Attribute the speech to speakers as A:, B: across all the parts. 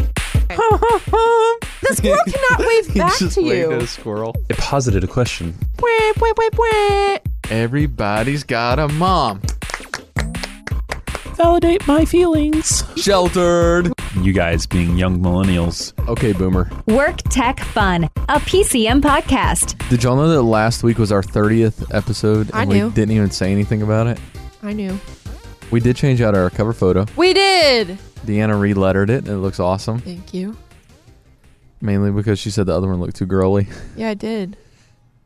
A: Okay. the squirrel cannot wave back
B: just
A: to
B: waved at
A: you.
B: a squirrel.
C: It posited a question.
A: Wait, wait, wait, wait.
B: Everybody's got a mom.
C: Validate my feelings.
B: Sheltered.
C: You guys being young millennials.
B: Okay, Boomer.
D: Work Tech Fun, a PCM podcast.
B: Did y'all know that last week was our 30th episode and
A: I
B: we
A: knew.
B: didn't even say anything about it?
A: I knew.
B: We did change out our cover photo.
A: We did.
B: Deanna re-lettered it and it looks awesome.
A: Thank you.
B: Mainly because she said the other one looked too girly.
A: Yeah, I did.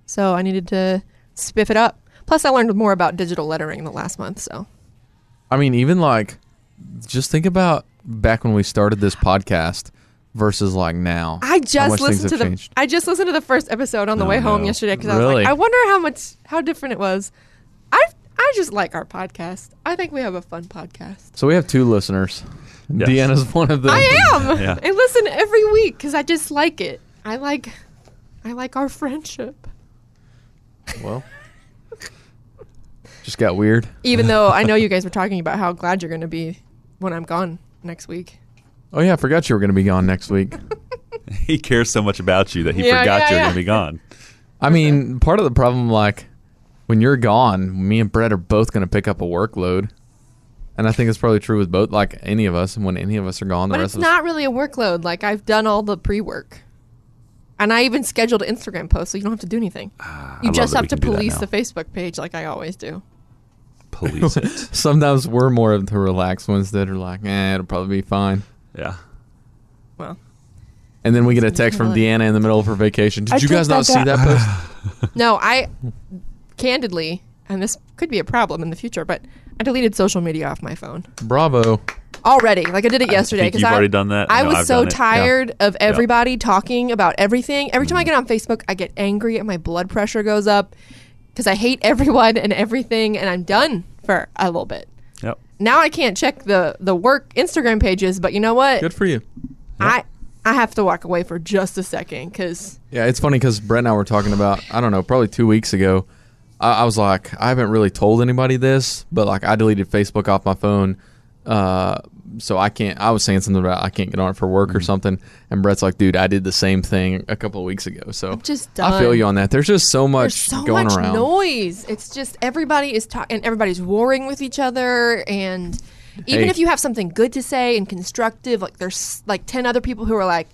A: So I needed to spiff it up. Plus, I learned more about digital lettering in the last month. So
B: I mean, even like, just think about back when we started this podcast versus like now.
A: I
B: How
A: just
B: much things
A: listened to
B: have
A: the
B: changed.
A: I just listened to the first episode on the
C: Oh,
A: way home
C: no.
A: yesterday because I was
B: Really?
A: like, I wonder how much how different it was. I I just like our podcast. I think we have a fun podcast.
B: So we have two listeners.
C: Yes.
B: Deanna's one of them.
A: I am.
C: Yeah.
A: I listen every week because I just like it. I like I like our friendship.
B: Well, just got weird.
A: Even though I know you guys were talking about how glad you're going to be when I'm gone next week.
B: Oh yeah, I forgot you were going to be gone next week.
C: He cares so much about you that he
A: Yeah,
C: forgot
A: yeah,
C: you're
A: yeah.
C: going to be gone.
B: I mean, part of the problem, like, when you're gone, me and Brett are both going to pick up a workload, and I think it's probably true with both, like any of us. And when any of us are gone, the
A: But
B: rest
A: it's
B: of us.
A: not really a workload. Like I've done all the pre-work. And I even scheduled an Instagram post, so you don't have to do anything. you
C: Ah, love
A: just
C: that we
A: have to
C: can do that
A: police
C: now.
A: the Facebook page like I always do.
C: Police it.
B: Sometimes we're more of the relaxed ones that are like, eh, it'll probably be fine.
C: Yeah.
A: Well,
B: And then we get a text from
A: Really?
B: Deanna in the middle of her vacation. Did
C: I
B: you
C: took
B: guys not
C: that
B: see that post?
A: no, I candidly, and this could be a problem in the future, but I deleted social media off my phone
B: Bravo.
A: already. Like I did it yesterday
C: think you've already done that. I
A: I
C: know
A: was
C: I've
A: so
C: done it. Yeah.
A: tired of everybody talking about everything. Every time I get on Facebook, I get angry and my blood pressure goes up because I hate everyone and everything, and I'm done for a little bit.
C: Yep.
A: now I can't check the the work Instagram pages, but you know what?
B: Good for you.
A: I I have to walk away for just a second because
B: Yeah, it's funny because Brett and I were talking about, I don't know, probably two weeks ago. I, I was like, I haven't really told anybody this, but like I deleted Facebook off my phone. Uh, so I can't, I was saying something about I can't get on it for
A: Mm-hmm.
B: work or something. And Brett's like, dude, I did the same thing a couple of weeks ago. So
A: just
B: I feel
A: done.
B: you on that. There's just so much
A: there's so
B: going
A: much
B: around.
A: noise. It's just everybody is talking and everybody's warring with each other and. Even
B: Hey.
A: if you have something good to say and constructive, like there's like ten other people who are like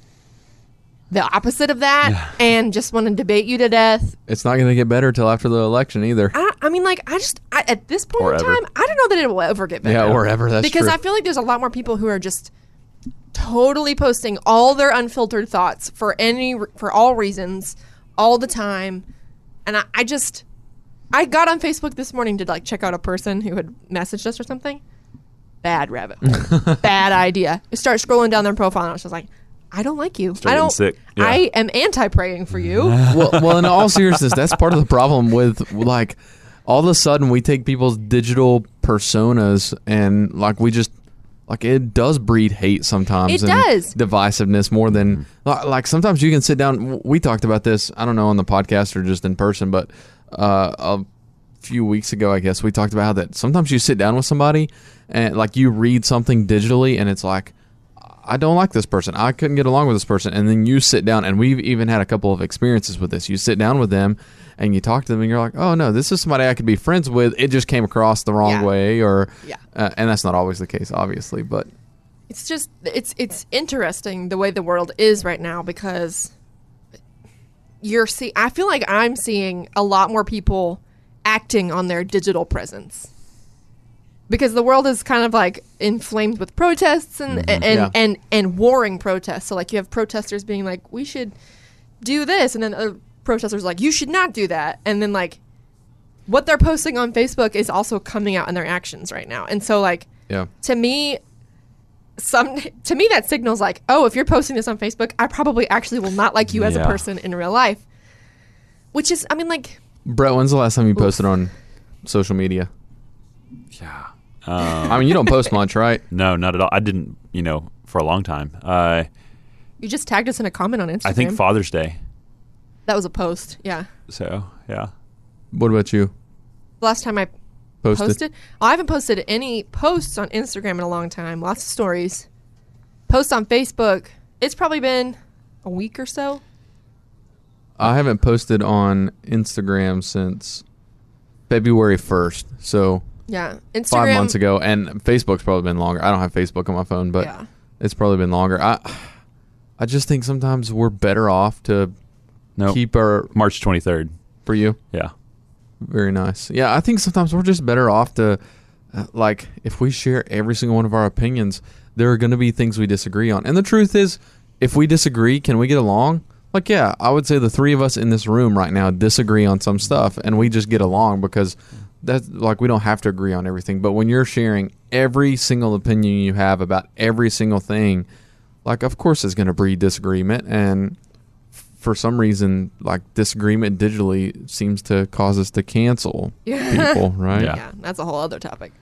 A: the opposite of that and just want to debate you to death.
B: It's not going to get better till after the election either.
A: I, I mean, like I just I, at this point
C: Or
A: in
C: ever.
A: time, I don't know that it will ever get better.
B: yeah, or ever. That's
A: because
B: true.
A: I feel like there's a lot more people who are just totally posting all their unfiltered thoughts for any for all reasons all the time and I, I just I got on Facebook this morning to like check out a person who had messaged us or something bad rabbit hole bad idea I start scrolling down their profile and I was just like I don't like you I
C: and
A: don't
C: sick. Yeah.
A: I am anti praying for you
B: well, well, in all seriousness, that's part of the problem with like all of a sudden we take people's digital personas and like we just like it does breed hate sometimes.
A: It
B: and
A: does.
B: divisiveness more than li- like sometimes you can sit down. We talked about this. I don't know on the podcast or just in person, but uh, a few weeks ago, I guess we talked about how that sometimes you sit down with somebody and like you read something digitally and it's like. I don't like this person. I couldn't get along with this person. And then you sit down, and we've even had a couple of experiences with this. You sit down with them and you talk to them, and you're like, oh, no, this is somebody I could be friends with. It just came across the wrong
A: Yeah.
B: way. or
A: Yeah.
B: uh, And that's not always the case, obviously. But
A: it's just it's it's interesting the way the world is right now because you're see I feel like I'm seeing a lot more people acting on their digital presence because the world is kind of like inflamed with protests and and,
B: Yeah.
A: and and warring protests so like you have protesters being like we should do this and then other protesters are like you should not do that and then like what they're posting on Facebook is also coming out in their actions right now and so like
B: yeah.
A: to me some to me that signals like oh if you're posting this on facebook i probably actually will not like you as a
C: Yeah.
A: person in real life which is i mean like
B: Brett, when's the last time you posted on social media?
C: Yeah. Um,
B: I mean, you don't post much, right?
C: no, not at all. I didn't, you know, for a long time. Uh,
A: you just tagged us in a comment on instagram
C: I think Father's Day.
A: that was a post yeah
C: So, yeah.
B: What about you?
A: last time i
B: Posted?
A: posted oh, i haven't posted any posts on instagram in a long time lots of stories posts on facebook It's probably been a week or so.
B: I haven't posted on Instagram since February 1st. So
A: Yeah, Instagram.
B: five months ago, and Facebook's probably been longer. I don't have Facebook on my phone, but
A: Yeah.
B: it's probably been longer. I I just think sometimes we're better off to
C: No,
B: keep our
C: March 23rd.
B: for you.
C: Yeah.
B: Very nice. Yeah, I think sometimes we're just better off to uh, like if we share every single one of our opinions, there are going to be things we disagree on. And the truth is, if we disagree, can we get along? Like yeah, I would say the three of us in this room right now disagree on some stuff and we just get along because that's like we don't have to agree on everything. But when you're sharing every single opinion you have about every single thing, like of course it's going to breed disagreement and for some reason, like disagreement digitally seems to cause us to cancel
A: Yeah.
B: people, right?
C: Yeah.
A: yeah, that's a whole other topic.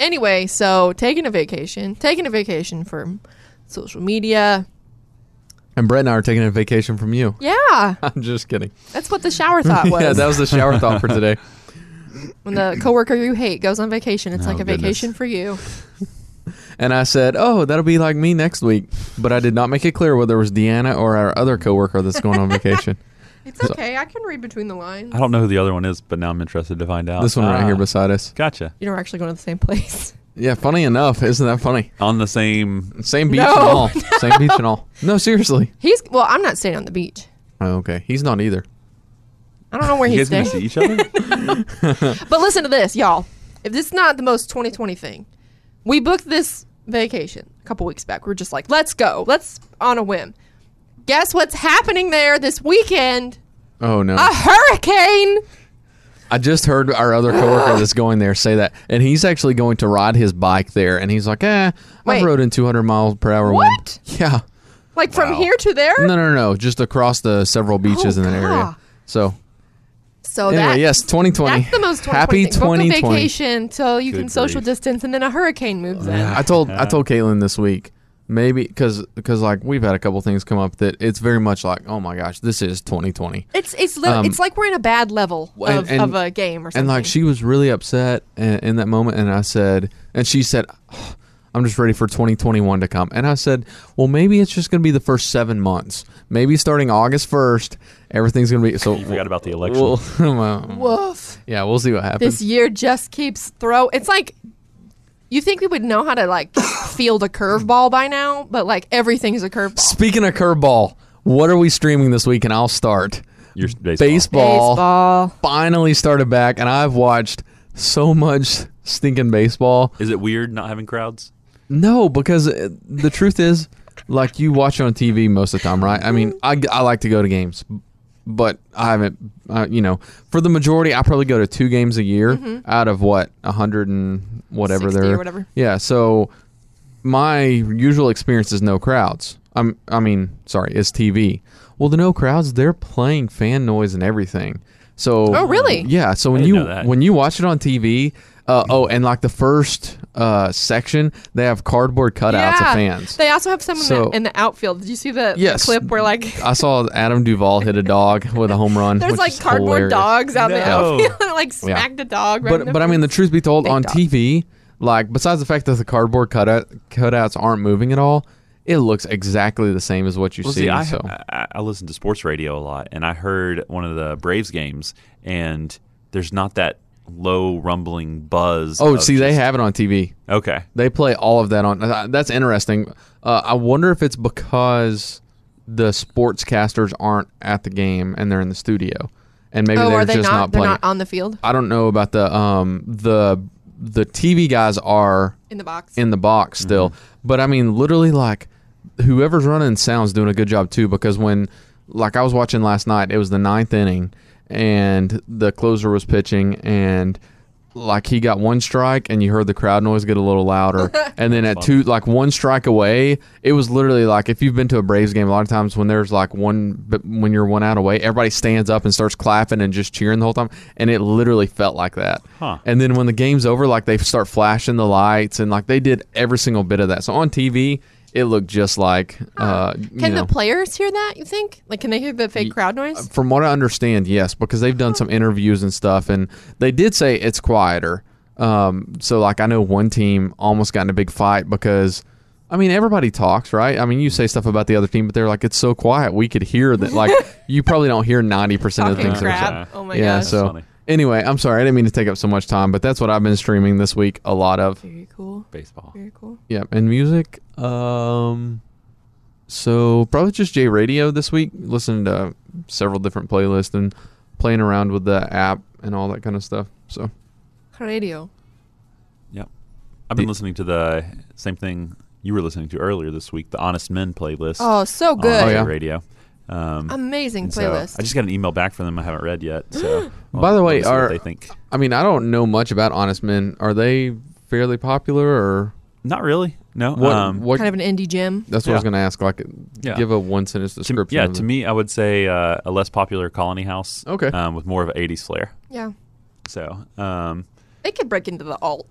A: Anyway, so taking a vacation, taking a vacation from social media.
B: And Brett and I are taking a vacation from you.
A: Yeah,
B: I'm just kidding.
A: that's what the shower thought was.
B: yeah, that was the shower thought for today.
A: when the coworker you hate goes on vacation, it's
C: Oh,
A: like a
C: goodness.
A: vacation for you.
B: And I said, "Oh, that'll be like me next week," but I did not make it clear whether it was Deanna or our other coworker that's going on vacation.
A: It's okay. I can read between the lines.
C: I don't know who the other one is, but now I'm interested to find out.
B: This one right
C: Ah,
A: Uh.
B: here beside us.
C: Gotcha.
A: You know, we're actually going to the same place.
B: Yeah, funny enough, isn't that funny?
C: On the same.
B: Same beach and
A: No.
B: all. Same beach and all. No, seriously.
A: He's well. I'm not staying on the beach.
B: Oh, okay, he's not either.
A: I don't know where
C: You
A: he's
C: guys gonna
A: staying.
C: see each other?
A: But listen to this, y'all. If this is not the most 2020 thing, we booked this vacation a couple weeks back. We were just like, let's go. Let's on a whim. Guess what's happening there this weekend?
B: Oh no.
A: A hurricane.
B: I just heard our other coworker that's going there say that, and he's actually going to ride his bike there, and he's like, "Eh,
A: Wait.
B: I've rode in 200 miles per hour."
A: What?
B: Wind. Yeah.
A: Like from
C: Wow.
A: here to there?
B: No, no, no, no. Just across the several beaches
A: Oh,
B: in that
A: God.
B: area. So
A: So
B: anyway,
A: that,
B: yes, 2020.
A: that's the most 2020
B: happy
A: thing. Book a
B: 2020.
A: vacation till you can
C: Good
A: social
C: grief.
A: distance, and then a hurricane moves in.
B: I told I told Caitlin this week maybe because because like we've had a couple things come up that it's very much like oh my gosh this is 2020
A: It's it's lit
B: Um,
A: it's like we're in a bad level of,
B: and- and-
A: of a game or something.
B: and like she was really upset in, in that moment and i said and she said "Ugh, i'm just ready for 2021 to come and i said well maybe it's just going to be the first seven months maybe starting august 1st everything's going to be so
C: You forgot about the election.
B: we'll, well,
A: woof.
B: yeah we'll see what happens
A: this year just keeps throw. It's like you think we would know how to like field a curveball by now, but like everything's a curveball.
B: speaking of curveball what are we streaming this week and i'll start
C: Your baseball.
B: baseball, finally started back and i've watched so much stinking baseball
C: Is it weird not having crowds?
B: No, because uh, the truth is, like you watch on TV most of the time, right? I mean, I, I like to go to games, but I haven't, uh, you know, for the majority, I probably go to two games a year out of what a hundred and
A: 60
B: whatever
A: Mm-hmm. or
B: there,
A: whatever.
B: Yeah, so my usual experience is no crowds. I'm, I mean, sorry, is TV. Well, the no crowds, they're playing fan noise and everything. So,
A: Oh, really?
B: Yeah. So when
C: didn't
B: you
C: know that.
B: when you watch it on TV, uh, oh, and like the first uh, section, they have cardboard cutouts of fans.
A: They also have some in the-
B: So-
A: in, the, outfield. Did you see the, the
B: Yes.
A: clip where like
B: I saw Adam Duvall hit a dog with a home run.
A: there's
B: which
A: like
B: is
A: cardboard
B: hilarious.
A: dogs out in the
C: No.
A: outfield that like smacked a dog? Right in
B: But
A: the
B: but I mean, the
A: face?
B: truth be told,
A: Big
B: on
A: dog.
B: TV, like besides the fact that the cardboard cutout cutouts aren't moving at all, it looks exactly the same as what you
C: Well,
B: see.
C: see, I,
B: so
C: I, I listen to sports radio a lot, and I heard one of the Braves games, and there's not that low rumbling buzz.
B: oh,
C: of
B: see, they
C: just-
B: have it on TV.
C: Okay.
B: They play all of that on. uh, That's interesting. Uh, I wonder if it's because the sportscasters aren't at the game and they're in the studio, and maybe
A: oh,
B: they're
A: are they
B: just
A: not?
B: not,
A: they're
B: playing.
A: not on the field
B: I don't know about the um the the TV guys are
A: in the box.
B: in the box still, but I mean literally like whoever's running sounds doing a good job too because when like I was watching last night, it was the ninth inning and the closer was pitching and like he got one strike and you heard the crowd noise get a little louder and then at two like one strike away it was literally like if you've been to a braves game a lot of times when there's like one but when you're one out away everybody stands up and starts clapping and just cheering the whole time and it literally felt like that
C: Huh.
B: and then when the game's over like they start flashing the lights and like they did every single bit of that so on tv it looked just like uh you
A: can
B: know.
A: the players hear that? You think? Like, can they hear the fake crowd noise?
B: From what I understand, yes, because they've done some interviews and stuff, and they did say it's quieter. Um, so like I know one team almost got in a big fight because I mean, everybody talks, right? I mean, you say stuff about the other team, but they're like, it's so quiet. We could hear that. Like, you probably don't hear 90% of the
A: Talking
B: things that are said.
A: crap.
C: said.
A: Oh my
B: yeah,
A: gosh.
B: so
C: Funny.
B: anyway, I'm sorry. I didn't mean to take up so much time, but that's what I've been streaming this week a lot of.
A: Very cool.
C: Baseball.
A: Very cool.
B: Yeah, and music. Um, so probably just J Radio this week. Listening to several different playlists and playing around with the app and all that kind of stuff. So
A: Radio.
C: Yep. I've been
B: The-
C: listening to the same thing you were listening to earlier this week, the Honest Men playlist.
A: Oh, so
C: on
A: good.
B: Oh, yeah.
C: Jet radio. Um,
A: Amazing
C: and so
A: playlist.
C: I just got an email back from them. I haven't read yet. So
B: By the way,
C: we'll see what
B: are-
C: they think
B: I mean, I don't know much about Honest Men. Are they fairly popular or
C: not really. No.
B: what?
C: um,
B: what
A: kind of an indie gem.
B: that's what I was
C: yeah.
B: going to ask. Like,
C: Yeah.
B: give a one sentence
C: to-
B: description.
C: yeah,
B: of
C: to
B: it.
C: me, I would say uh, a less popular Colony House.
B: Okay.
C: Um, with more of an '80s flair.
A: Yeah.
C: So um,
A: They could break into the alt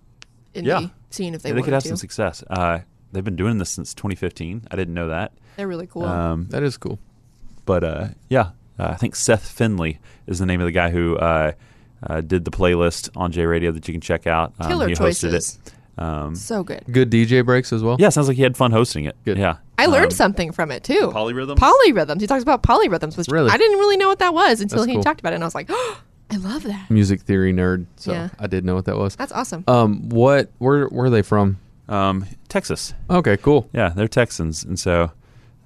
A: indie
C: Yeah.
A: scene if they
C: they,
A: wanted
C: could have
A: to.
C: some success. Uh, they've been doing this since 2015. I didn't know that.
A: They're really cool.
C: Um,
B: that is cool.
C: but uh, yeah, uh, I think Seth Finley is the name of the guy who uh, uh, did the playlist on J Radio that you can check out. Um,
A: Killer
C: he
A: choices.
C: hosted it. Um,
A: So good.
B: Good DJ breaks as well.
C: yeah, sounds like he had fun hosting it.
B: Good.
C: Yeah,
A: I learned
C: Um,
A: something from it too.
C: polyrhythms?
A: Polyrhythms. He talks about polyrhythms, which
B: Really?
A: I didn't really know what that was until
B: That's
A: he
B: cool.
A: talked about it, and I was like, oh, I love that.
B: Music theory nerd. So
A: Yeah.
B: I did know what that was.
A: That's awesome.
C: Uh,
B: Um, what? Where? Where are they from?
C: Um, Texas.
B: Okay, cool.
C: Yeah, they're Texans, and so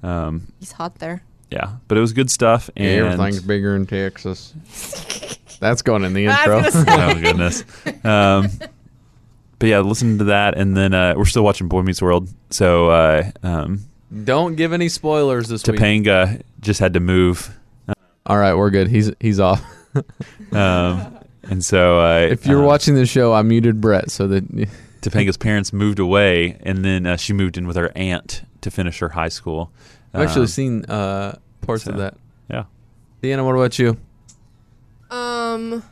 C: um,
A: He's hot there.
C: yeah, but it was good stuff.
B: Yeah,
C: And
B: everything's bigger in Texas. That's going in the
A: I
B: intro.
A: was gonna say-
C: oh goodness. Um, but yeah, listen to that, and then uh, we're still watching Boy Meets World. So uh, um,
B: Don't give any spoilers this week.
C: Topanga just had to move,
B: All right, we're good. He's he's off.
C: um, and so uh,
B: if you're
C: uh,
B: watching the show, I muted Brett so that
C: Topanga's parents moved away, and then uh, she moved in with her aunt to finish her high school.
B: I've actually
C: Um,
B: seen uh, parts of
C: so-
B: that.
C: Yeah.
B: Deanna, what about you?
A: Um,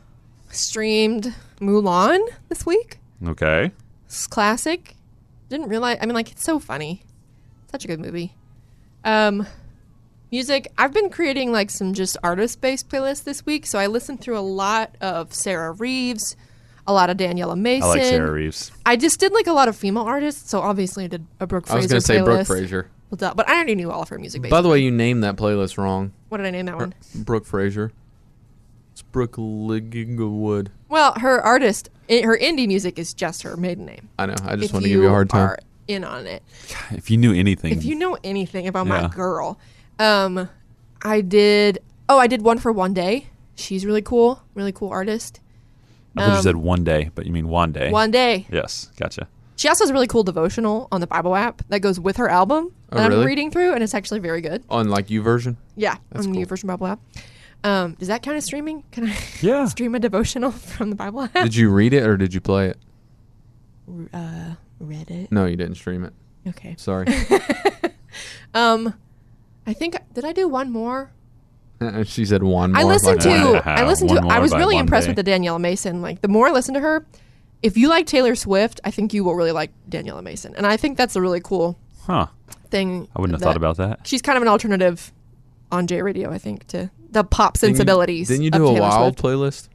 A: streamed Mulan this week.
C: Okay.
A: It's classic. Didn't realize. I mean, like it's so funny. Such a good movie. Um, music. I've been creating like some just artist-based playlists this week, so I listened through a lot of Sarah Reeves, a lot of Daniela Mason.
C: I like Sarah Reeves.
A: I just did like a lot of female artists, so obviously I did a Brooke Fraser
B: I was going to say Brooke
A: playlist.
B: Fraser.
A: Well, duh, But I already knew all of her music. Basically.
B: By the way, you named that playlist wrong.
A: what did I name that one?
B: Brooke Fraser. It's Brooke Liggingwood.
A: Well, her artist, i- her indie music is just her maiden name.
B: I know. I just
A: if
B: want to give you a hard time.
A: Are in on it.
C: If you knew anything,
A: If you know anything about my
C: Yeah.
A: girl, um, I did. Oh, I did one for one day. She's really cool, really cool artist.
C: I thought you
A: um,
C: said one day, but you mean one day.
A: One day,
C: Yes, gotcha.
A: she also has a really cool devotional on the Bible app that goes with her album
B: Oh,
A: that
B: really?
A: I'm reading through, and it's actually very good.
B: On like you version.
A: Yeah,
B: That's
A: on the
B: cool.
A: Version Bible app. Um, does that count as streaming? Can I
C: Yeah.
A: stream a devotional from the Bible app?
B: Did you read it or did you play it?
A: uh, read it?
B: No, you didn't stream it.
A: Okay.
B: Sorry.
A: Um, I think did I do one more?
B: she said one more.
A: I listened
B: like,
A: to
C: Wow.
A: I listened to
C: One
A: I
C: more
A: was
C: by
A: really
C: one
A: impressed
C: day.
A: with the Daniela Mason. Like the more I listen to her, if you like Taylor Swift, I think you will really like Daniela Mason, and I think that's a really cool
C: Huh.
A: thing.
C: I wouldn't have thought about that.
A: She's kind of an alternative on J Radio, I think, to the pop
B: Didn't you-
A: sensibilities.
B: Didn't you
A: of
B: do a
A: Taylor
B: wild
A: Swift.
B: playlist?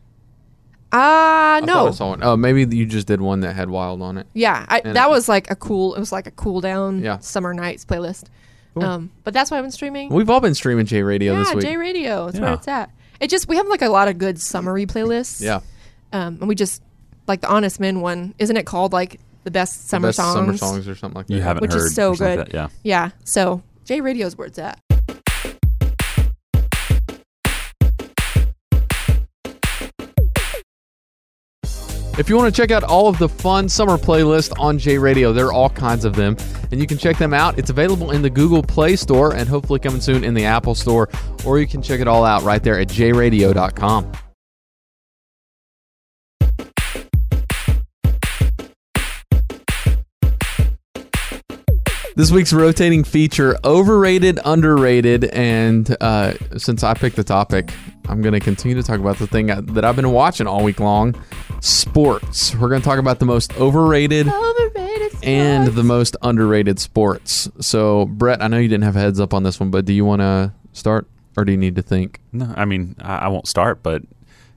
A: Ah,
B: I thought
A: no.
B: I saw one. Oh, maybe you just did one that had wild on it.
A: Yeah, I,
B: And-
A: that was like a cool. It was like a cool down
B: Yeah.
A: summer nights playlist. Um, but that's why I've been streaming.
B: We've all been streaming J Radio
A: yeah,
B: this week.
A: J Radio. That's where
C: Yeah.
A: it's at. It just we have like a lot of good summary playlists.
B: yeah.
A: Um, and we just like the Honest Men one. Isn't it called like the best
B: The
A: summer
B: best
A: songs?
B: summer songs or something like that.
C: You haven't
A: Which is
C: heard
A: so
C: or something
A: good.
C: Like that. Yeah.
A: Yeah. So J Radio's where it's at.
B: If you want to check out all of the fun summer playlists on J Radio, there are all kinds of them, and you can check them out. It's available in the Google Play Store and hopefully coming soon in the Apple Store, or you can check it all out right there at jradio.com. This week's rotating feature overrated, underrated, and uh, since I picked the topic, I'm going to continue to talk about the thing that I've been watching all week long sports. We're going to talk about the most overrated
A: Oh, Overrated.
B: and
A: sports.
B: the most underrated sports. So, Brett, I know you didn't have a heads up on this one, but do you want to start or do you need to think?
C: No, I mean I, I won't start, but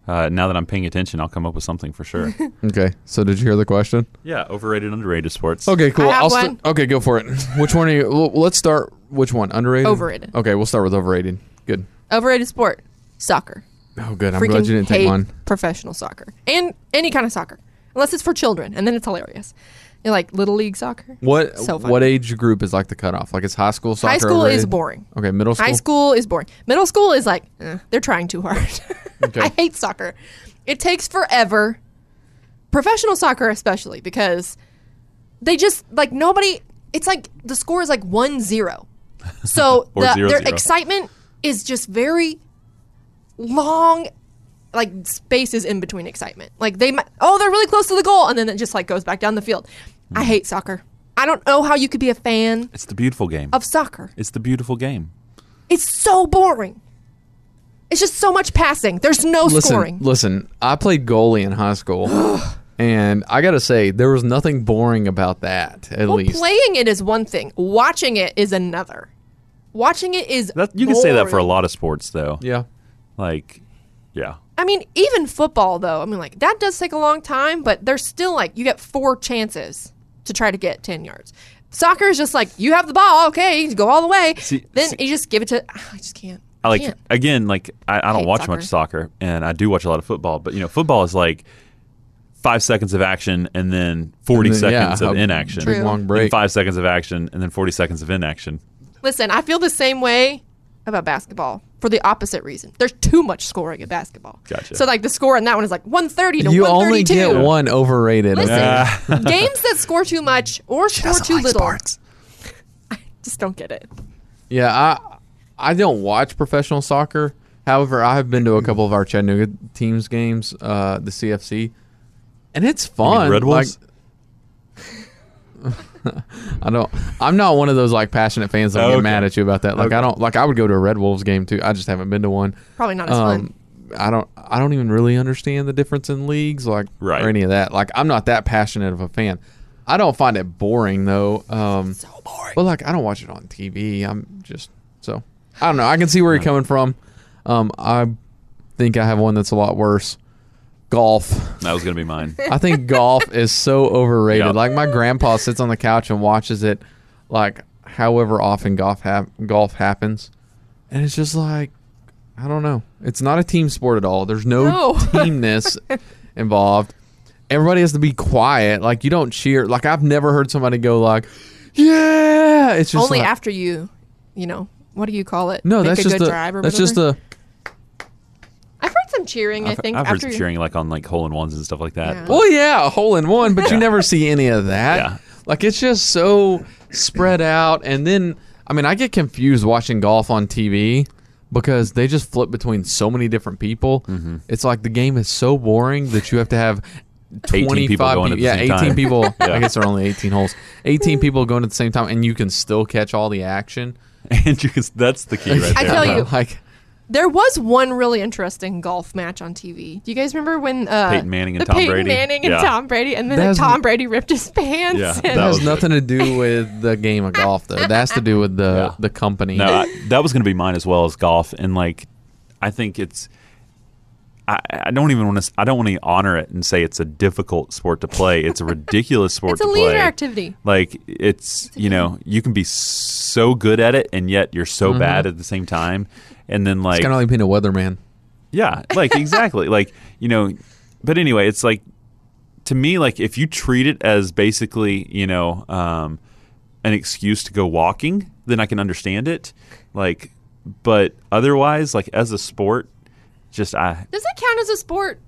C: Uh, now that I'm paying attention, I'll come up with something for sure.
B: Okay. So did you hear the question?
C: yeah, overrated, underrated sports.
B: Okay, cool.
A: I have
B: will
A: one.
B: okay, go for it. Which one are you? Well, let's start. Which one? Underrated.
A: Overrated.
B: Okay, we'll start with overrated. Good.
A: Overrated sport, soccer.
B: Oh, good. I'm
A: Freaking
B: glad you didn't
A: hate
B: take mine.
A: professional soccer and any kind of soccer, unless it's for children, and then it's hilarious. You're like little league soccer.
B: What
A: So fun.
B: what age group is like the cutoff? Like it's high school soccer.
A: High school is
B: overrated?
A: boring.
B: Okay, middle school.
A: High school is boring. Middle school is like eh, they're trying too hard.
B: Okay.
A: I hate soccer. It takes forever. Professional soccer especially because they just like nobody it's like the score is like 1-0. So
C: Or
A: the,
C: zero,
A: their
C: zero.
A: excitement is just very long like spaces in between excitement. Like they might, oh they're really close to the goal and then it just like goes back down the field.
C: Hmm.
A: I hate soccer. I don't know how you could be a fan
C: It's the beautiful game.
A: of soccer.
C: It's the beautiful game.
A: It's so boring. It's just so much passing. There's no
B: listen,
A: scoring.
B: listen. I played goalie in high school, and I gotta say there was nothing boring about that. At
A: Well,
B: least
A: playing it is one thing. Watching it is another. Watching it is
C: That you can say that for a
A: boring.
C: lot of sports, though.
B: yeah.
C: Like, yeah.
A: I mean, even football though. I mean, like that does take a long time, but there's still like you get four chances to try to get ten yards. Soccer is just like you have the ball, okay, you can go all the way.
C: See-
A: then
C: see-
A: you just give it to. I just can't.
C: I like
A: can't.
C: again, like I, I don't
A: hate
C: watch much soccer, and I do watch a lot of football. But you know, football is like five seconds of action and then forty
B: And then, yeah,
C: seconds of
B: a
C: inaction,
B: big
A: True.
B: long
C: Then
B: break.
C: five seconds of action, and then forty seconds of inaction.
A: Listen, I feel the same way about basketball for the opposite reason. There's too much scoring at basketball.
C: Gotcha.
A: So like the score in that one is like 130 to
B: You only
A: 132.
B: get one overrated.
A: Listen,
B: okay?
A: games that score too much or score too little, just don't get it.
B: Yeah, I I don't watch professional soccer. However, I have been to a
C: Hmm.
B: couple of our Chattanooga teams games, uh, the CFC, and it's fun.
C: Red Wolves?
B: Like- I don't. I'm not one of those like passionate fans that
C: Okay.
B: get mad at you about that. Like I don't. Like I would go to a Red Wolves game too. I just haven't been to one.
A: Probably not as fun.
B: Um, I don't. I don't even really understand the difference in leagues, like
C: Right.
B: or any of that. Like I'm not that passionate of a fan. I don't find it boring though. Um,
A: So boring.
B: but like, I don't watch it on TV. I'm just so I don't know. I can see where you're coming from. Um, I think I have one that's a lot worse. Golf.
C: That was gonna be mine.
B: I think golf is so overrated.
C: Yeah.
B: Like my grandpa sits on the couch and watches it, like however often golf hap- golf happens, and it's just like I don't know. It's not a team sport at all. There's no,
A: No.
B: teamness involved. Everybody has to be quiet. Like you don't cheer. Like I've never heard somebody go like, "Yeah." It's just
A: Only
B: like-
A: after you, you know, what do you call it?
B: no.
A: Make
B: That's
A: a
B: just
A: good
B: a,
A: drive or
B: that's
A: whatever?
B: just a
A: I've heard some cheering. I
C: I've,
A: think
C: I've heard
A: after
C: some
A: you-
C: cheering like on like hole in ones and stuff like that.
A: Yeah.
C: but-
B: Well, oh, yeah, a hole in one, but you
C: Yeah.
B: never see any of that.
C: Yeah.
B: Like it's just so spread out. And then, I mean, I get confused watching golf on TV because they just flip between so many different people.
C: Mm-hmm.
B: It's like the game is so boring that you have to have.
C: 18 people
B: 25
C: going at
B: peop-
C: the
B: yeah
C: same
B: 18
C: time.
B: people i guess there are only 18 holes
A: Hmm.
B: 18 people going at the same time and you can still catch all the action
C: and you can, that's the key right there.
A: I tell
C: bro.
A: you-
B: like
A: There was one really interesting golf match on TV. Do you guys remember when uh,
C: Peyton Manning and
A: the
C: Tom
A: Peyton
C: Brady?
A: Manning and
C: Yeah.
A: Tom Brady, and then
B: That
A: like,
B: was-
A: Tom Brady ripped his pants.
C: Yeah,
A: and-
B: that
C: was
B: has nothing to do with the game of golf though that's to do with the
C: Yeah.
B: the company
C: No, I, that was going to be mine as well as golf, and like, I think it's. I, I don't even want to. I don't want to honor it and say it's a difficult sport to play. It's a ridiculous sport
A: It's a
C: to
A: leisure
C: play.
A: activity.
C: Like it's you know you can be so good at it and yet you're so bad at the same time, and then like
B: it's kind of like being a weatherman
C: yeah, like exactly. like, you know, but anyway, it's like to me like if you treat it as basically, you know, um an excuse to go walking, then I can understand it. Like but otherwise like as a sport, just I
A: Does it count as a sport?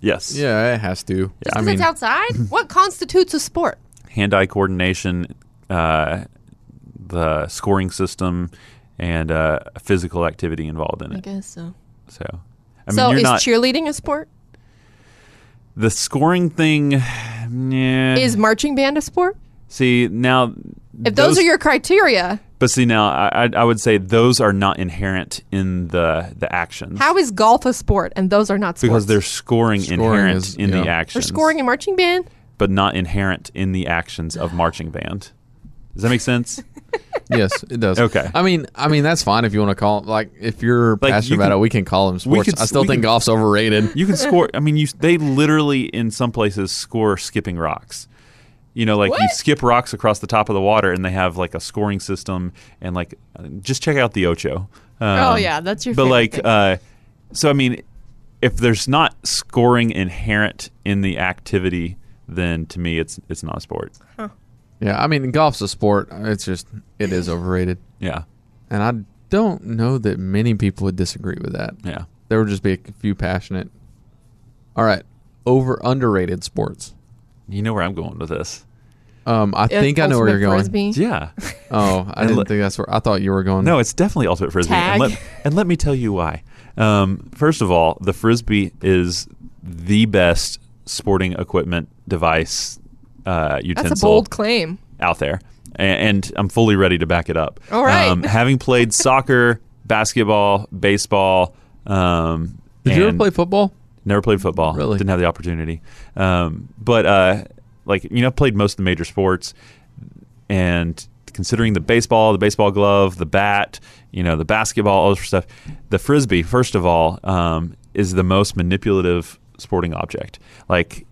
C: yes.
B: Yeah, it has to.
A: Just
B: I
A: because
B: mean,
A: it's outside? what constitutes a sport?
C: Hand-eye coordination, uh the scoring system and uh physical activity involved in
A: I
C: it.
A: guess so.
C: So I mean,
A: so
C: you're
A: is
C: not
A: cheerleading a sport?
C: the scoring thing. Nah.
A: Is marching band a sport?
C: see now?
A: If those, are your criteria,
C: But see now, I, I- I would say those are not inherent in the the actions.
A: how is golf a sport and those are not sports?
C: because they're scoring,
B: Scoring
C: inherent
B: is-
C: in the
B: yeah.
A: They're
C: actions,
A: scoring in marching band.
C: but not inherent in the actions of marching band. Does that make sense?
B: yes, it does.
C: Okay.
B: I mean, I mean that's fine if you want to call. Like, if you're
C: Like,
B: passionate
C: you
B: about
C: can-
B: it, we can call them sports.
C: could-
B: I still
C: we
B: think
C: could-
B: golf's overrated.
C: You can score. I mean, you they literally in some places score skipping rocks. You know, like you
A: What?
C: skip rocks across the top of the water, and they have like a scoring system. And like, uh, just check out the Ocho. Um,
A: Oh, yeah, that's your
C: But
A: favorite
C: like,
A: thing.
C: Uh, so I mean, if there's not scoring inherent in the activity, then to me, it's it's not a sport.
B: Yeah, I mean golf's a sport. It's just it is overrated,
C: Yeah,
B: and I don't know that many people would disagree with that.
C: yeah.
B: There would just be a few passionate. All right, over underrated sports.
C: You know where I'm going with this.
B: Um, I
A: Uh,
B: think I know where you're
A: ultimate
B: going.
A: Frisbee.
C: Yeah.
B: Oh, I didn't
C: look-
B: think that's where I thought you were going.
C: No, it's definitely ultimate frisbee.
A: Tag.
C: And, let, and let me tell you why. Um, first of all, the frisbee is the best sporting equipment device uh,
A: That's
C: utensil
A: a bold claim.
C: out there, A- and, I'm fully ready to back it up. Um,
A: All right.
C: having played soccer, basketball, baseball, um,
B: Did you ever
C: and-
B: play football?
C: Never played football.
B: Really?
C: Didn't have the opportunity. Um, but uh, like you know, played most of the major sports, and considering the baseball, the baseball glove, the bat, you know, the basketball, all this stuff, the frisbee, first of all, um, is the most manipulative sporting object. Like,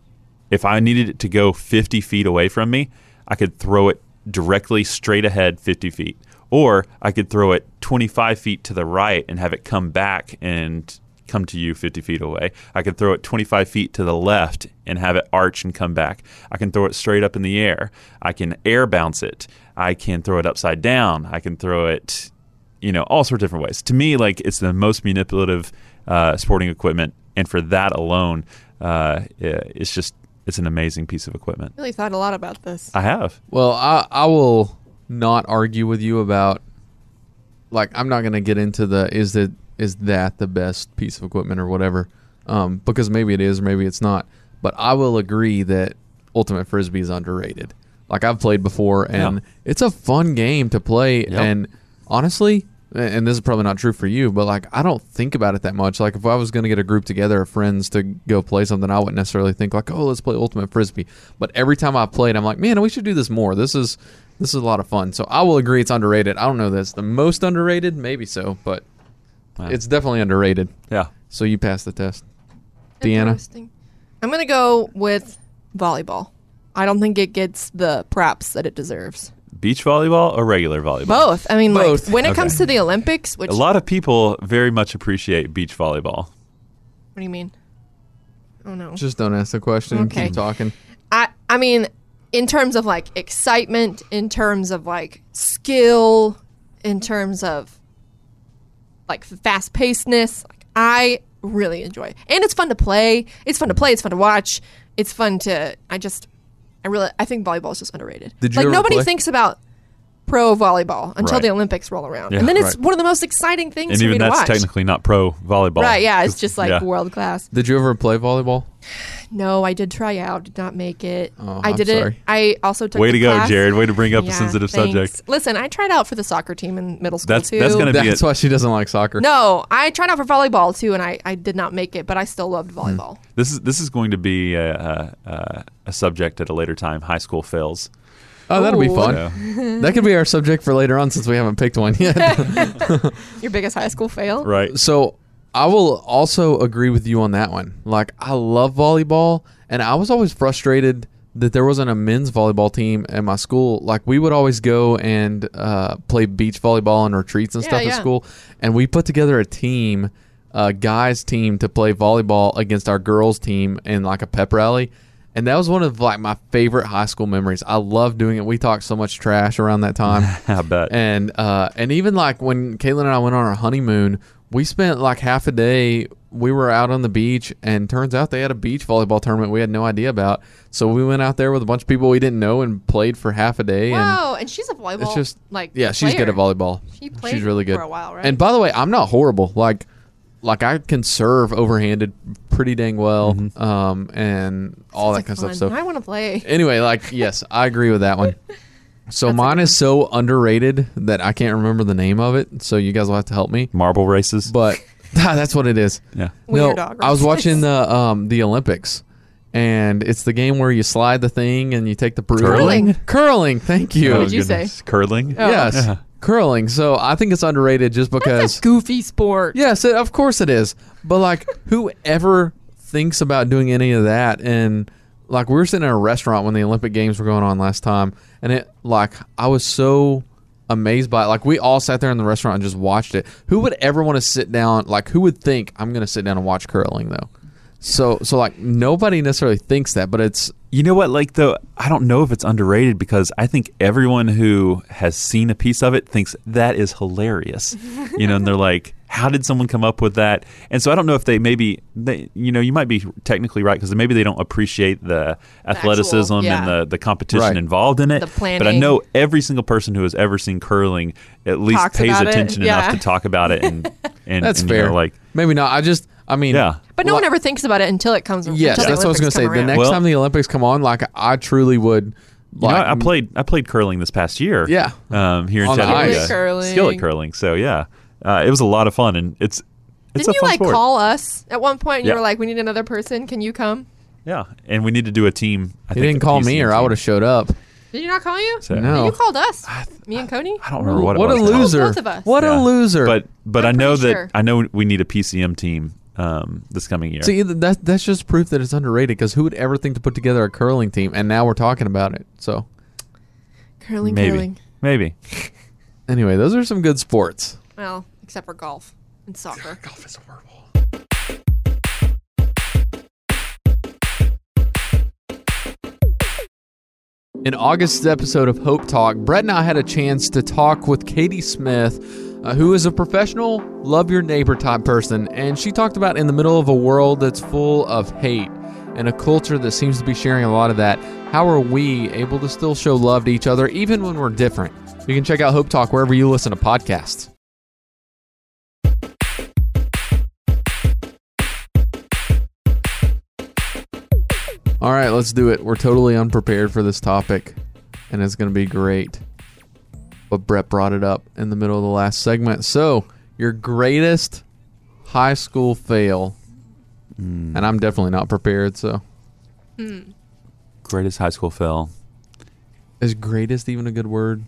C: if I needed it to go 50 feet away from me, I could throw it directly straight ahead 50 feet. Or I could throw it 25 feet to the right and have it come back and come to you 50 feet away. I could throw it 25 feet to the left and have it arch and come back. I can throw it straight up in the air. I can air bounce it. I can throw it upside down. I can throw it, you know, all sorts of different ways. To me, like, it's the most manipulative uh, sporting equipment. And for that alone, uh, yeah, it's just, it's an amazing piece of equipment.
A: Really thought a lot about this.
C: I have.
B: Well, I I will not argue with you about like I'm not gonna get into the is that is that the best piece of equipment or whatever, um, because maybe it is, maybe it's not. But I will agree that Ultimate Frisbee is underrated. Like I've played before, and
C: Yeah.
B: it's a fun game to play. And honestly, a- and this is probably not true for you, but like I don't think about it that much. Like if I was gonna get a group together of friends to go play something, I wouldn't necessarily think like, oh, let's play Ultimate Frisbee. But every time I played, I'm like, man, we should do this more. This is this is a lot of fun. So I will agree it's underrated. I don't know that's the most underrated, maybe so, but
C: Wow.
B: it's definitely underrated.
C: Yeah.
B: So you passed the test. Deanna.
A: Interesting. I'm gonna go with volleyball. I don't think it gets the props that it deserves.
C: Beach volleyball or regular volleyball?
A: Both. I mean,
B: Both.
A: like when it
C: Okay.
A: comes to the Olympics, which
C: A lot of people very much appreciate beach volleyball.
A: What do you mean? Oh no.
B: Just don't ask the question.
A: Okay.
B: Keep talking.
A: I I mean, in terms of like excitement, in terms of like skill, in terms of like fast pacedness, like, I really enjoy. It. And it's fun to play. It's fun to play. It's fun to watch. It's fun to. I just. I really. I think volleyball is just underrated.
B: Did you
A: like
B: ever
A: nobody
B: play?
A: thinks about pro volleyball until
C: Right.
A: the Olympics roll around,
C: Yeah,
A: and then it's
B: right.
A: one of the most exciting things
C: And
A: for me
C: even
A: to
C: that's
A: watch.
C: technically not pro volleyball.
A: Right? Yeah. It's just like
C: Yeah.
A: world class.
B: Did you ever play volleyball?
A: No, I did try out. Did not make it.
B: Oh,
A: I
B: I'm
A: did it.
B: sorry.
A: I also took
C: Uh-huh, Way
A: the
C: to go,
A: class.
C: Jared. Way to bring up a
A: Yeah,
C: sensitive
A: thanks.
C: subject.
A: Listen, I tried out for the soccer team in middle school
C: That's-
A: too.
C: that's gonna- That'd be
B: That's
C: it.
B: why she doesn't like soccer.
A: no, I tried out for volleyball too, and I, I did not make it, but I still loved
C: Hmm.
A: volleyball.
C: This is this is going to be a, a- a, a subject at a later time. High school fails.
B: Oh, that'll be
A: Ooh.
B: fun.
C: Yeah.
A: Mm-hmm.
B: That could be our subject for later on since we haven't picked one yet.
A: Your biggest high school fail?
C: Right.
B: so I will also agree with you on that one. Like I love volleyball and I was always frustrated that there wasn't a men's volleyball team at my school. Like we would always go and uh, play beach volleyball and retreats and
A: Yeah,
B: stuff
A: yeah.
B: at school and we put together a team, a guys team to play volleyball against our girls team in like a pep rally. And that was one of like my favorite high school memories. I loved doing it. We talked so much trash around that time.
C: I bet.
B: and uh, and even like when Caitlin and I went on our honeymoon, we spent like half a day. We were out on the beach, and turns out they had a beach volleyball tournament we had no idea about. So we went out there with a bunch of people we didn't know and played for half a day.
A: Wow, and she's a volleyball.
B: And it's just
A: like
B: yeah, she's good
A: player.
B: at volleyball.
A: She played
B: she's really good
A: for a while, right?
B: And by the way, I'm not horrible. Like like I can serve overhanded pretty dang well, um, and all that
A: It's
B: kind
A: fun.
B: of stuff. So
A: I want to play.
B: anyway, like yes, I agree with that one. So mine is so underrated that I can't remember the name of it. So you guys will have to help me.
C: Marble races.
B: But that's what it is.
C: yeah.
A: Wiener
B: no,
A: dog
B: I was
A: races.
B: watching the um, the Olympics, and it's the game where you slide the thing and you take the broom.
A: Curling.
B: Curling. Thank you.
A: What did you say?
C: Curling.
A: Oh.
B: Yes.
C: Yeah.
B: Curling. So I think it's underrated just because.
A: Goofy sport.
B: yes, it, of course it is. But like, whoever thinks about doing any of that, and like, we were sitting in a restaurant when the Olympic Games were going on last time, and it like I was so amazed by it. Like, we all sat there in the restaurant and just watched it. Who would ever want to sit down? Like, who would think I'm going to sit down and watch curling though? So, so like nobody necessarily thinks that, but it's
C: You know what? Like though, I don't know if it's underrated because I think everyone who has seen a piece of it thinks that is hilarious. you know, and they're like, "How did someone come up with that?" And so I don't know if they maybe they, you know, you might be technically right because maybe they don't appreciate the athleticism
A: yeah.
C: and the the competition
B: Right.
C: involved in it.
A: The
C: But I
A: planning.
C: know every single person who has ever seen curling at least
A: Talks
C: pays
A: about it,
C: attention
A: yeah.
C: enough to talk about it and and
B: that's
C: and, you
B: fair.
C: know, like,
B: maybe not. I just, I mean,
C: yeah.
A: But no
B: Well-
A: one ever thinks about it until it comes.
B: Yes,
A: until
B: that's what I was going
A: Olympics
B: to say.
A: come
B: The
A: around.
B: next
C: Well-
B: time the Olympics come on, like I truly would.
C: You
B: Like,
C: know, I- I played I played curling this past year.
B: Yeah.
C: um, here in
B: On the
C: Chattanooga,
B: ice.
A: Curling.
C: skillet curling. So yeah, uh, it was a lot of fun, and it's it's
A: Didn't
C: a
A: you
C: fun
A: like
C: sport.
A: call us at one point? And
C: Yeah.
A: You were like, "We need another person. Can you come?"
C: Yeah, and we need to do a team. I
B: He
C: think,
B: didn't
C: a
B: call
C: PCM
B: me, or I
C: team.
B: would have showed up.
A: Did you not call you?
C: So-
B: No.
A: You called us. me and Coney.
C: I don't remember what. it
B: a
C: was now.
B: loser!
A: Both of us.
B: What
C: Yeah.
B: a loser!
C: But but i
A: I'm
C: know
A: pretty
C: that
A: sure.
C: I know we need a PCM team um, this coming year.
B: see, th- that that's just proof that it's underrated. Because who would ever think to put together a curling team? And now we're talking about it. So
A: Curling,
C: maybe
A: curling.
C: maybe
B: anyway, those are some good sports.
A: Well, except for golf and soccer.
B: Golf is horrible. In August's episode of Hope Talk, Brett and I had a chance to talk with Katie Smith, uh, who is a professional, love your neighbor type person. And she talked about in the middle of a world that's full of hate and a culture that seems to be sharing a lot of that, how are we able to still show love to each other even when we're different? You can check out Hope Talk wherever you listen to podcasts. All right, let's do it. We're totally unprepared for this topic, and it's going to be great. But Brett brought it up in the middle of the last segment. So, your greatest high school fail,
C: Hmm.
B: and I'm definitely not prepared. So,
C: greatest high school fail.
B: is greatest even a good word?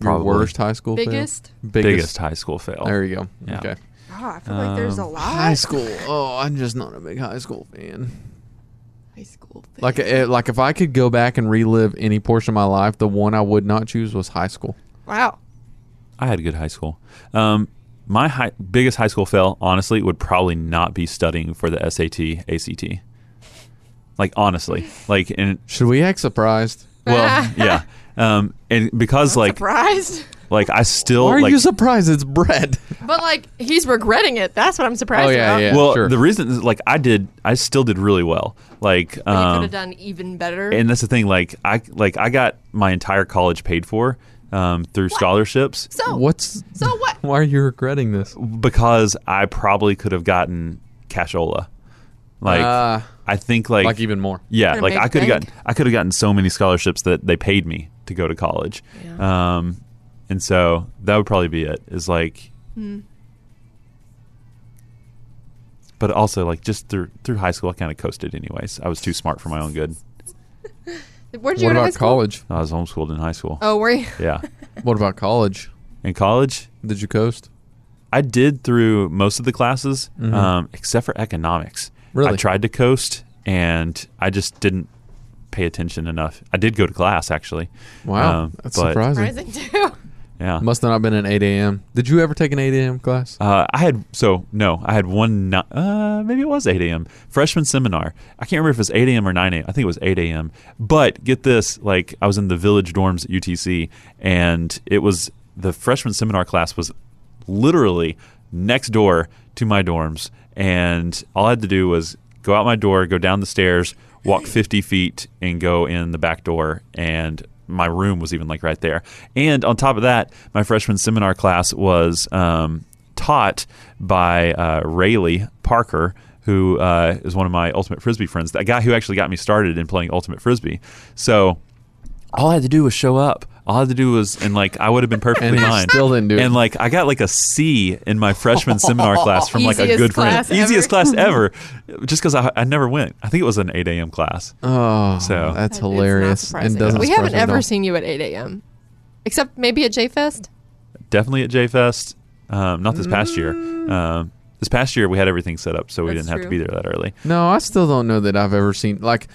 C: Probably.
B: Your worst high school
A: Biggest?
B: fail?
C: Biggest, high school fail.
B: There you go.
C: Yeah.
B: Okay.
A: Oh, I feel like there's a lot.
B: Um, High school. Oh, I'm just not a big high school fan.
A: High school. Thing.
B: Like, eh, like if I could go back and relive any portion of my life, the one I would not choose was high school.
A: wow.
C: I had a good high school. Um, my high, biggest high school fail, honestly, would probably not be studying for the SAT, ACT. Like honestly, like and
B: Should we act surprised?
C: well, yeah, um, and because like
A: surprised.
C: like I still
B: Why are
C: like
B: you surprised? It's bread.
A: But like he's regretting it. That's what I'm surprised
B: Oh, yeah,
A: about.
B: yeah.
C: well
B: sure.
C: the reason is like I did I still did really well
A: But he
C: like
A: could
C: um,
A: have done even better.
C: and that's the thing like I like I got my entire college paid for um, through scholarships
A: so
B: What's
A: So what?
B: Why are you regretting this?
C: because I probably could have gotten cashola like
B: Ah.
C: I think like
B: Like even more.
C: Yeah,
A: Could've
C: like
A: made
C: I could have
A: bank.
C: gotten I could have gotten so many scholarships that they paid me to go to college.
A: Yeah.
C: Um and so that would probably be it. Is like
A: Hmm.
C: But also like just through through high school I kind of coasted anyways. I was too smart for my own good.
A: Where did you
B: What
A: go to high
B: about
A: school?
B: college?
C: I was homeschooled in high school.
A: Oh, were you?
C: Yeah.
B: What about college?
C: In college,
B: Did you coast?
C: I did through most of the classes um, except for economics. I
B: Mm-hmm. Really?
C: tried to coast and I just didn't pay attention enough. I did go to class actually.
B: Wow,
C: Um,
B: that's
C: but-
B: surprising.
A: Surprising too.
C: Yeah.
B: Must have not been an 8 a.m. Did you ever take an 8 a.m. class?
C: Uh, I had so no, I had one. ni- Uh, maybe it was eight a.m. freshman seminar. I can't remember if it was eight a.m. or nine a.m. I think it was eight a.m. But get this, like I was in the village dorms at UTC, and it was the freshman seminar class was literally next door to my dorms, and all I had to do was go out my door, go down the stairs, walk fifty feet, and go in the back door, and my room was even like right there. And on top of that, my freshman seminar class was um, taught by uh, Rayleigh Parker, who uh, is one of my ultimate frisbee friends, that guy who actually got me started in playing ultimate frisbee. So all I had to do was show up. All I had to do was, and like I would have been perfectly
B: And he
C: fine.
B: still didn't do it.
C: And like I got like a C in my freshman seminar class from like a
A: Easiest
C: good friend,
A: class ever.
C: easiest class ever, just because I, I never went. I think it was an 8 a.m. class.
B: Oh,
C: So-
B: that's
A: It's not
B: hilarious.
A: surprising.
B: And doesn't
A: we
B: surprise
A: haven't
B: me at
A: ever
B: all.
A: seen you at 8 a.m. Except maybe at J Fest.
C: Definitely at J Fest. Um, not this past year. Um, this past year we had everything set up, so we
A: That's
C: didn't have to
A: true.
C: be there that early.
B: No, I still don't know that I've ever seen like.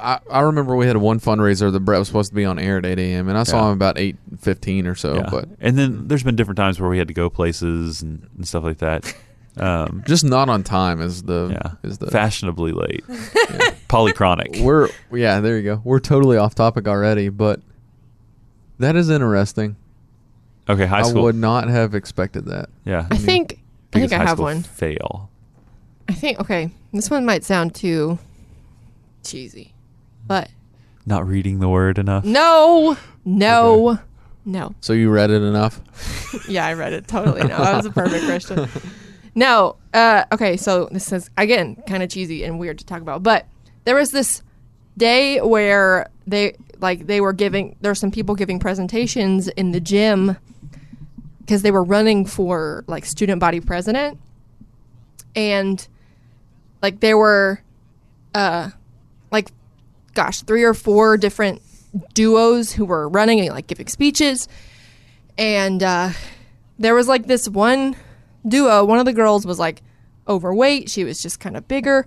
B: I, I remember we had one fundraiser that Brett was supposed to be on air at 8 a.m. and I saw
C: Yeah.
B: him about 8:15 or so,
C: Yeah.
B: but
C: and then there's been different times where we had to go places and, and stuff like that. Um,
B: just not on time is the
C: yeah,
B: is the
C: fashionably late, polychronic.
B: we're yeah there you go we're totally off topic already, but that is interesting.
C: okay, high
B: I
C: school.
B: would not have expected that.
C: yeah,
A: I think I think
C: Biggest high
A: I have
C: school
A: one.
C: Fail.
A: I think okay. This one might sound too cheesy. But
C: Not reading the word enough.
A: Mm. no. No. No.
B: So you read it enough?
A: Yeah, I read it totally. No, that was a perfect question. No, uh, okay. So this is again kind of cheesy and weird to talk about, but there was this day where they like they were giving there's some people giving presentations in the gym because they were running for like student body president, and like there were, uh, like gosh, three or four different duos who were running and like giving speeches and uh, there was like this one duo. One of the girls was like overweight. She was just kind of bigger,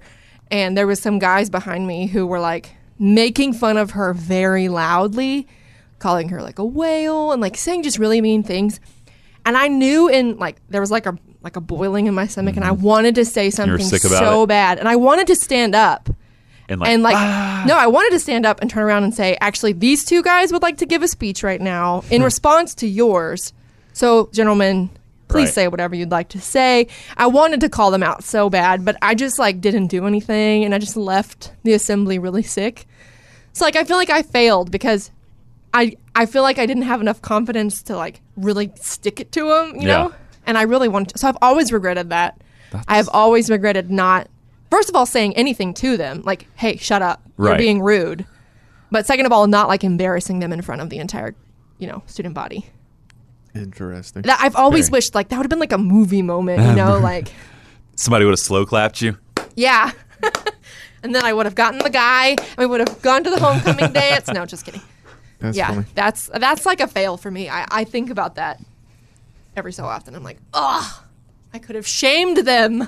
A: and there was some guys behind me who were like making fun of her very loudly, calling her like a whale and like saying just really mean things. And I knew in like there was like a like a boiling in my stomach, and I wanted to say something
C: Mm-hmm. sick about
A: so
C: it.
A: bad, and I wanted to stand up
C: And like, "Ah."
A: and like no i wanted to stand up and turn around and say actually these two guys would like to give a speech right now
C: Hmm.
A: in response to yours so gentlemen please
C: Right.
A: say whatever you'd like to say i wanted to call them out so bad but i just like didn't do anything and i just left the assembly really sick so like i feel like i failed because i i feel like i didn't have enough confidence to like really stick it to them you
C: Yeah.
A: know and i really want to so i've always regretted that i have always regretted not first of all saying anything to them like hey shut up
C: Right.
A: you're being rude but second of all not like embarrassing them in front of the entire you know student body
B: Interesting.
A: that i've always
C: Fair.
A: wished like that would have been like a movie moment you know like
C: somebody would have slow clapped you.
A: yeah and then i would have gotten the guy and we would have gone to the homecoming dance no just kidding
B: That's
A: yeah
B: funny.
A: that's that's like a fail for me I, I think about that every so often i'm like ugh i could have shamed them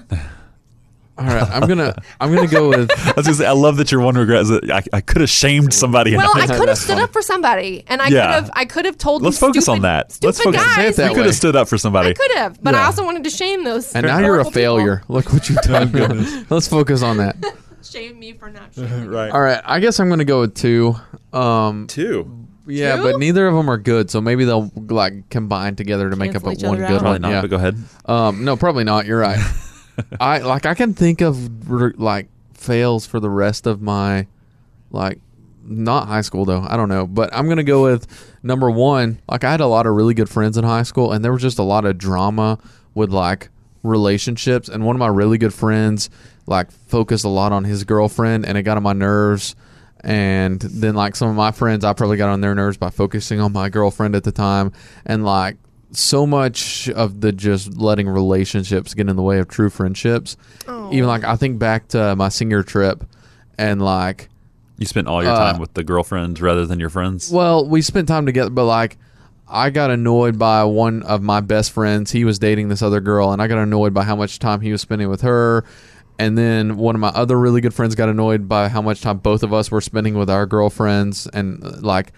B: All right, I'm gonna I'm gonna go with
C: I was gonna say, I love that your one regret is that I, I could have shamed somebody.
A: Well, I
C: enough.
A: could have stood up for somebody, and I
C: Yeah.
A: could have I could have told.
C: Let's
A: these
C: focus
A: stupid,
C: on that.
A: Stupid
C: Let's focus.
A: guys.
B: Say it that
C: you
B: way.
C: could have stood up for somebody.
A: I could have, but I
C: Yeah.
A: also wanted to shame those.
B: and now you're a
A: horrible people.
B: failure. Look what you've
C: Oh
B: done. Let's focus on that.
A: Shame me for not. Shaming.
C: Right.
B: All right, I guess I'm gonna go with two. Um,
C: Two.
B: yeah,
A: Two?
B: but neither of them are good, so maybe they'll like combine together to make up
A: Cancel
B: a
A: each
B: one
A: other
B: good
A: out.
C: Probably
B: one.
C: not.
B: yeah.
C: But go ahead.
B: Um, no, probably not. You're right. I like I can think of r- like fails for the rest of my like not high school though. I don't know, but I'm gonna go with number one. Like I had a lot of really good friends in high school, and there was just a lot of drama with like relationships. And one of my really good friends like focused a lot on his girlfriend, and it got on my nerves. And then like some of my friends, I probably got on their nerves by focusing on my girlfriend at the time, and like so much of the just letting relationships get in the way of true friendships. Even like I think back to my senior trip and like
C: You spent all your
B: Uh,
C: time with the girlfriend rather than your friends.
B: well, we spent time together, but like I got annoyed by one of my best friends. He was dating this other girl, and I got annoyed by how much time he was spending with her. And then one of my other really good friends got annoyed by how much time both of us were spending with our girlfriends. And uh, like,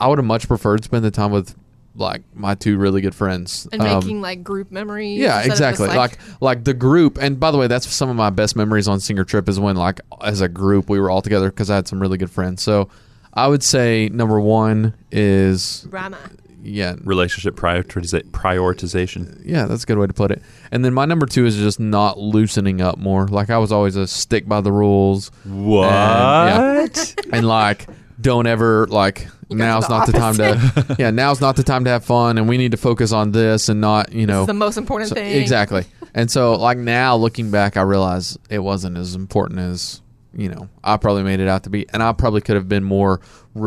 B: I would have much preferred to spend the time with like my two really good friends
A: And
B: Um,
A: making like group memories.
B: yeah,
A: instead of just,
B: exactly. Like, like the group. And by the way, that's some of my best memories on Singer Trip is when like as a group we were all together because I had some really good friends. So I would say number one is
A: drama.
B: yeah,
C: Relationship prioritiza- prioritization.
B: yeah, that's a good way to put it. And then my number two is just not loosening up more. Like I was always a stick by the rules.
C: What?
B: yeah. and like don't ever like now's
A: the
B: not the time to yeah now's not the time to have fun and we need to focus on this and not you know
A: It's the most important
B: So-
A: thing.
B: Exactly. And so, like now, looking back, I realize it wasn't as important as you know I probably made it out to be, and I probably could have been more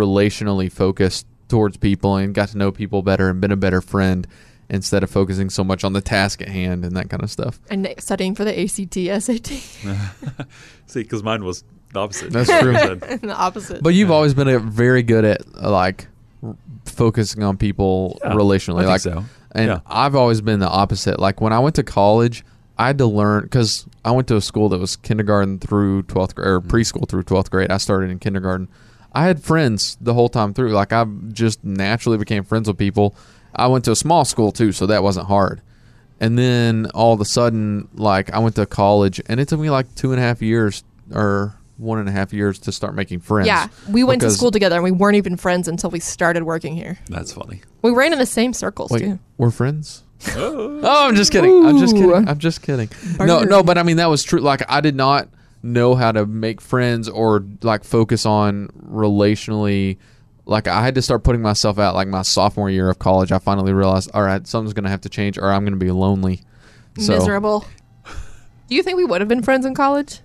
B: relationally focused towards people and got to know people better and been a better friend instead of focusing so much on the task at hand and that kind of stuff.
A: and studying for the ACT, SAT,
C: See, because mine was the opposite.
B: That's true.
C: Said,
A: and the opposite.
B: But you've always been a, very good at uh, like r- focusing on people
C: Yeah,
B: relationally.
C: I
B: like,
C: think so.
B: and
C: Yeah.
B: I've always been the opposite. Like when I went to college, I had to learn because I went to a school that was kindergarten through twelfth grade
C: Mm-hmm.
B: or preschool through twelfth grade. I started in kindergarten. I had friends the whole time through. Like I just naturally became friends with people. I went to a small school too, so that wasn't hard. And then all of a sudden, like I went to college, and it took me like two and a half years or one and a half years to start making friends.
A: yeah, we went to
B: Because-
A: school together and we weren't even friends until we started working here.
C: That's funny.
A: We ran in the same circles
B: Wait,
A: too.
B: we're friends? oh, I'm just kidding. I'm just kidding. I'm just kidding. No,
A: Burn.
B: no, but I mean that was true. Like I did not know how to make friends or like focus on relationally. Like I had to start putting myself out. Like my sophomore year of college, I finally realized, all right, something's gonna have to change, or I'm gonna be lonely. So,
A: Miserable. Do you think we would have been friends in college?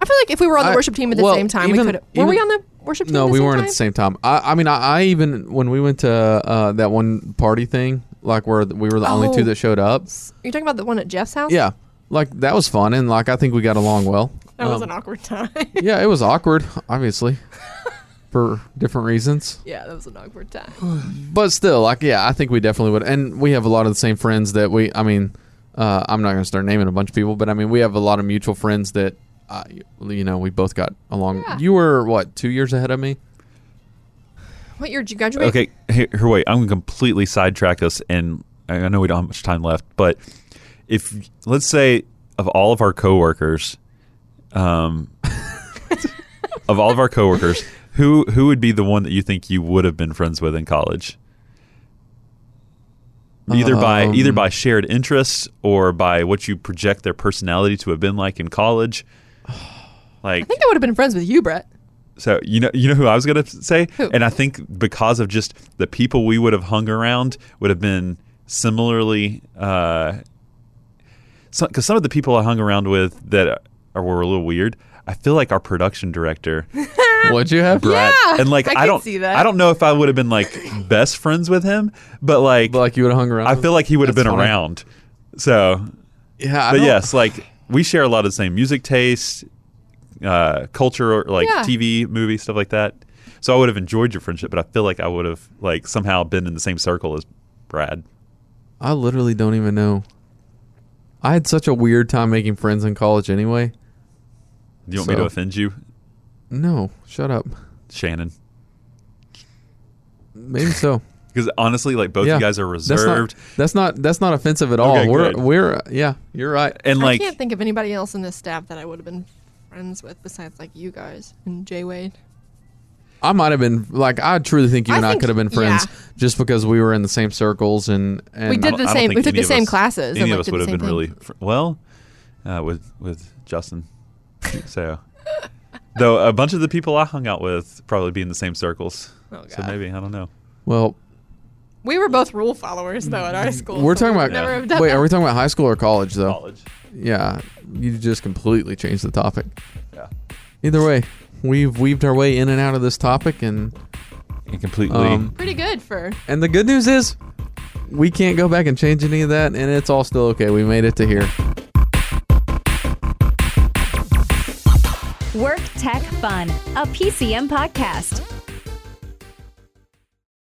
A: I feel like if we were on the
B: I-
A: worship team at the
B: well,
A: same time,
B: even-
A: we could. Were
B: even-
A: we on the worship team?
B: No,
A: at the
B: we
A: same
B: weren't
A: time?
B: at the same time. I, I mean, I, I even when we went to uh, that one party thing, like where we were the only two
A: Oh.
B: that showed up.
A: Are you talking about the one at Jeff's house?
B: Yeah, like that was fun, and like I think we got along well.
A: That was
B: Um,
A: an awkward time.
B: yeah, it was awkward, obviously, for different reasons.
A: yeah, that was an awkward time.
B: But still, like, yeah, I think we definitely would. And we have a lot of the same friends that we. I mean, uh, I'm not going to start naming a bunch of people, but I mean, we have a lot of mutual friends that, uh, you know, we both got along.
A: Yeah.
B: You were what two years ahead of me?
A: What year did you graduate?
C: Okay, here, here, wait. I'm going to completely sidetrack us, and I I know we don't have much time left, but if let's say of all of our coworkers, um, of all of our coworkers, who who would be the one that you think you would have been friends with in college? Either by either
B: Um,
C: by shared interests or by what you project their personality to have been like in college. Like
A: I think I would have been friends with you, Brett.
C: so you know, you know who I was gonna say,
A: Who?
C: and I think because of just the people we would have hung around would have been similarly, because some of the people I hung around with that are, were a little weird. I feel like our production director,
B: What'd you have?
C: Brad,
A: Yeah,
C: and like
A: I
C: I,
A: could
C: don't,
A: see that.
C: I don't know if I would have been like best friends with him, but like,
B: But, like you would have hung around.
C: I feel like he would have
B: That's
C: been
B: funny.
C: around. So,
B: Yeah, I
C: but
B: don't-
C: yes, like we share a lot of the same music taste, uh, culture, like
A: Yeah.
C: TV, movie, stuff like that. So I would have enjoyed your friendship, but I feel like I would have like somehow been in the same circle as Brad.
B: I literally don't even know. I had such a weird time making friends in college. Anyway,
C: Do you want me
B: So-
C: to offend you,
B: no, shut up.
C: Shannon?
B: Maybe so.
C: Because honestly, like both you guys are reserved,
B: That's not that's not, that's not offensive at all.
C: Okay,
B: we're
C: good.
B: we're yeah, you're right.
C: and like
A: I can't think of anybody else in this staff that I would have been friends with besides like you guys and Jay Wade.
B: I might have been like I truly think you
A: I
B: and I
A: think-
B: could have been friends
A: yeah.
B: just because we were in the same circles and and
A: We
C: I
A: did
C: don't-
A: the
C: I don't
A: same-
C: think
A: we took
C: any
A: the
C: of
A: same
C: us-
A: classes and,
C: Any of
A: like,
C: us
A: did
C: would
A: the
C: have been
A: same
C: really
A: thing.
C: fr- well uh, with with Justin. so, though a bunch of the people I hung out with probably be in the same circles.
A: Oh,
C: So
A: God.
C: maybe I don't know.
B: well
A: We were both rule followers though at our school.
B: Mm, we're
A: so
B: talking
A: we
B: about
A: would never have done
B: wait
A: that.
B: are we talking about high school or college though
C: College.
B: yeah you just completely changed the topic
C: Yeah.
B: either way we've weaved our way in and out of this topic and
C: And completely.
B: um
A: pretty good for
B: and the good news is we can't go back and change any of that and it's all still okay we made it to here
D: Work Tech Fun, a PCM podcast.